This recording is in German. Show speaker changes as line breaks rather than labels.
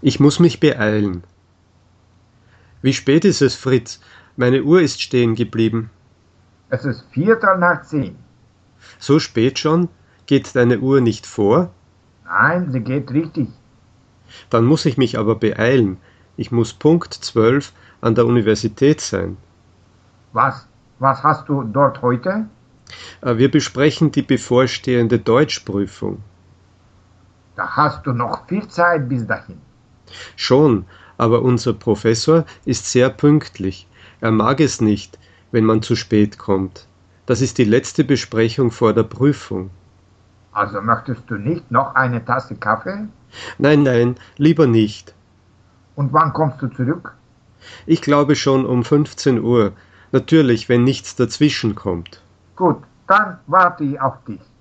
Ich muss mich beeilen. Wie spät ist es, Fritz? Meine Uhr ist stehen geblieben.
Es ist Viertel nach zehn.
So spät schon? Geht deine Uhr nicht vor?
Nein, sie geht richtig.
Dann muss ich mich aber beeilen. Ich muss Punkt zwölf an der Universität sein.
Was, was hast du dort heute?
Äh, Wir besprechen die bevorstehende Deutschprüfung.
Da hast du noch viel Zeit bis dahin.
Schon, aber unser Professor ist sehr pünktlich. Er mag es nicht, wenn man zu spät kommt. Das ist die letzte Besprechung vor der Prüfung.
Also möchtest du nicht noch eine Tasse Kaffee?
Nein, nein, lieber nicht.
Und wann kommst du zurück?
Ich glaube schon um 15 Uhr. Natürlich, wenn nichts dazwischen kommt.
Gut, dann warte ich auf dich.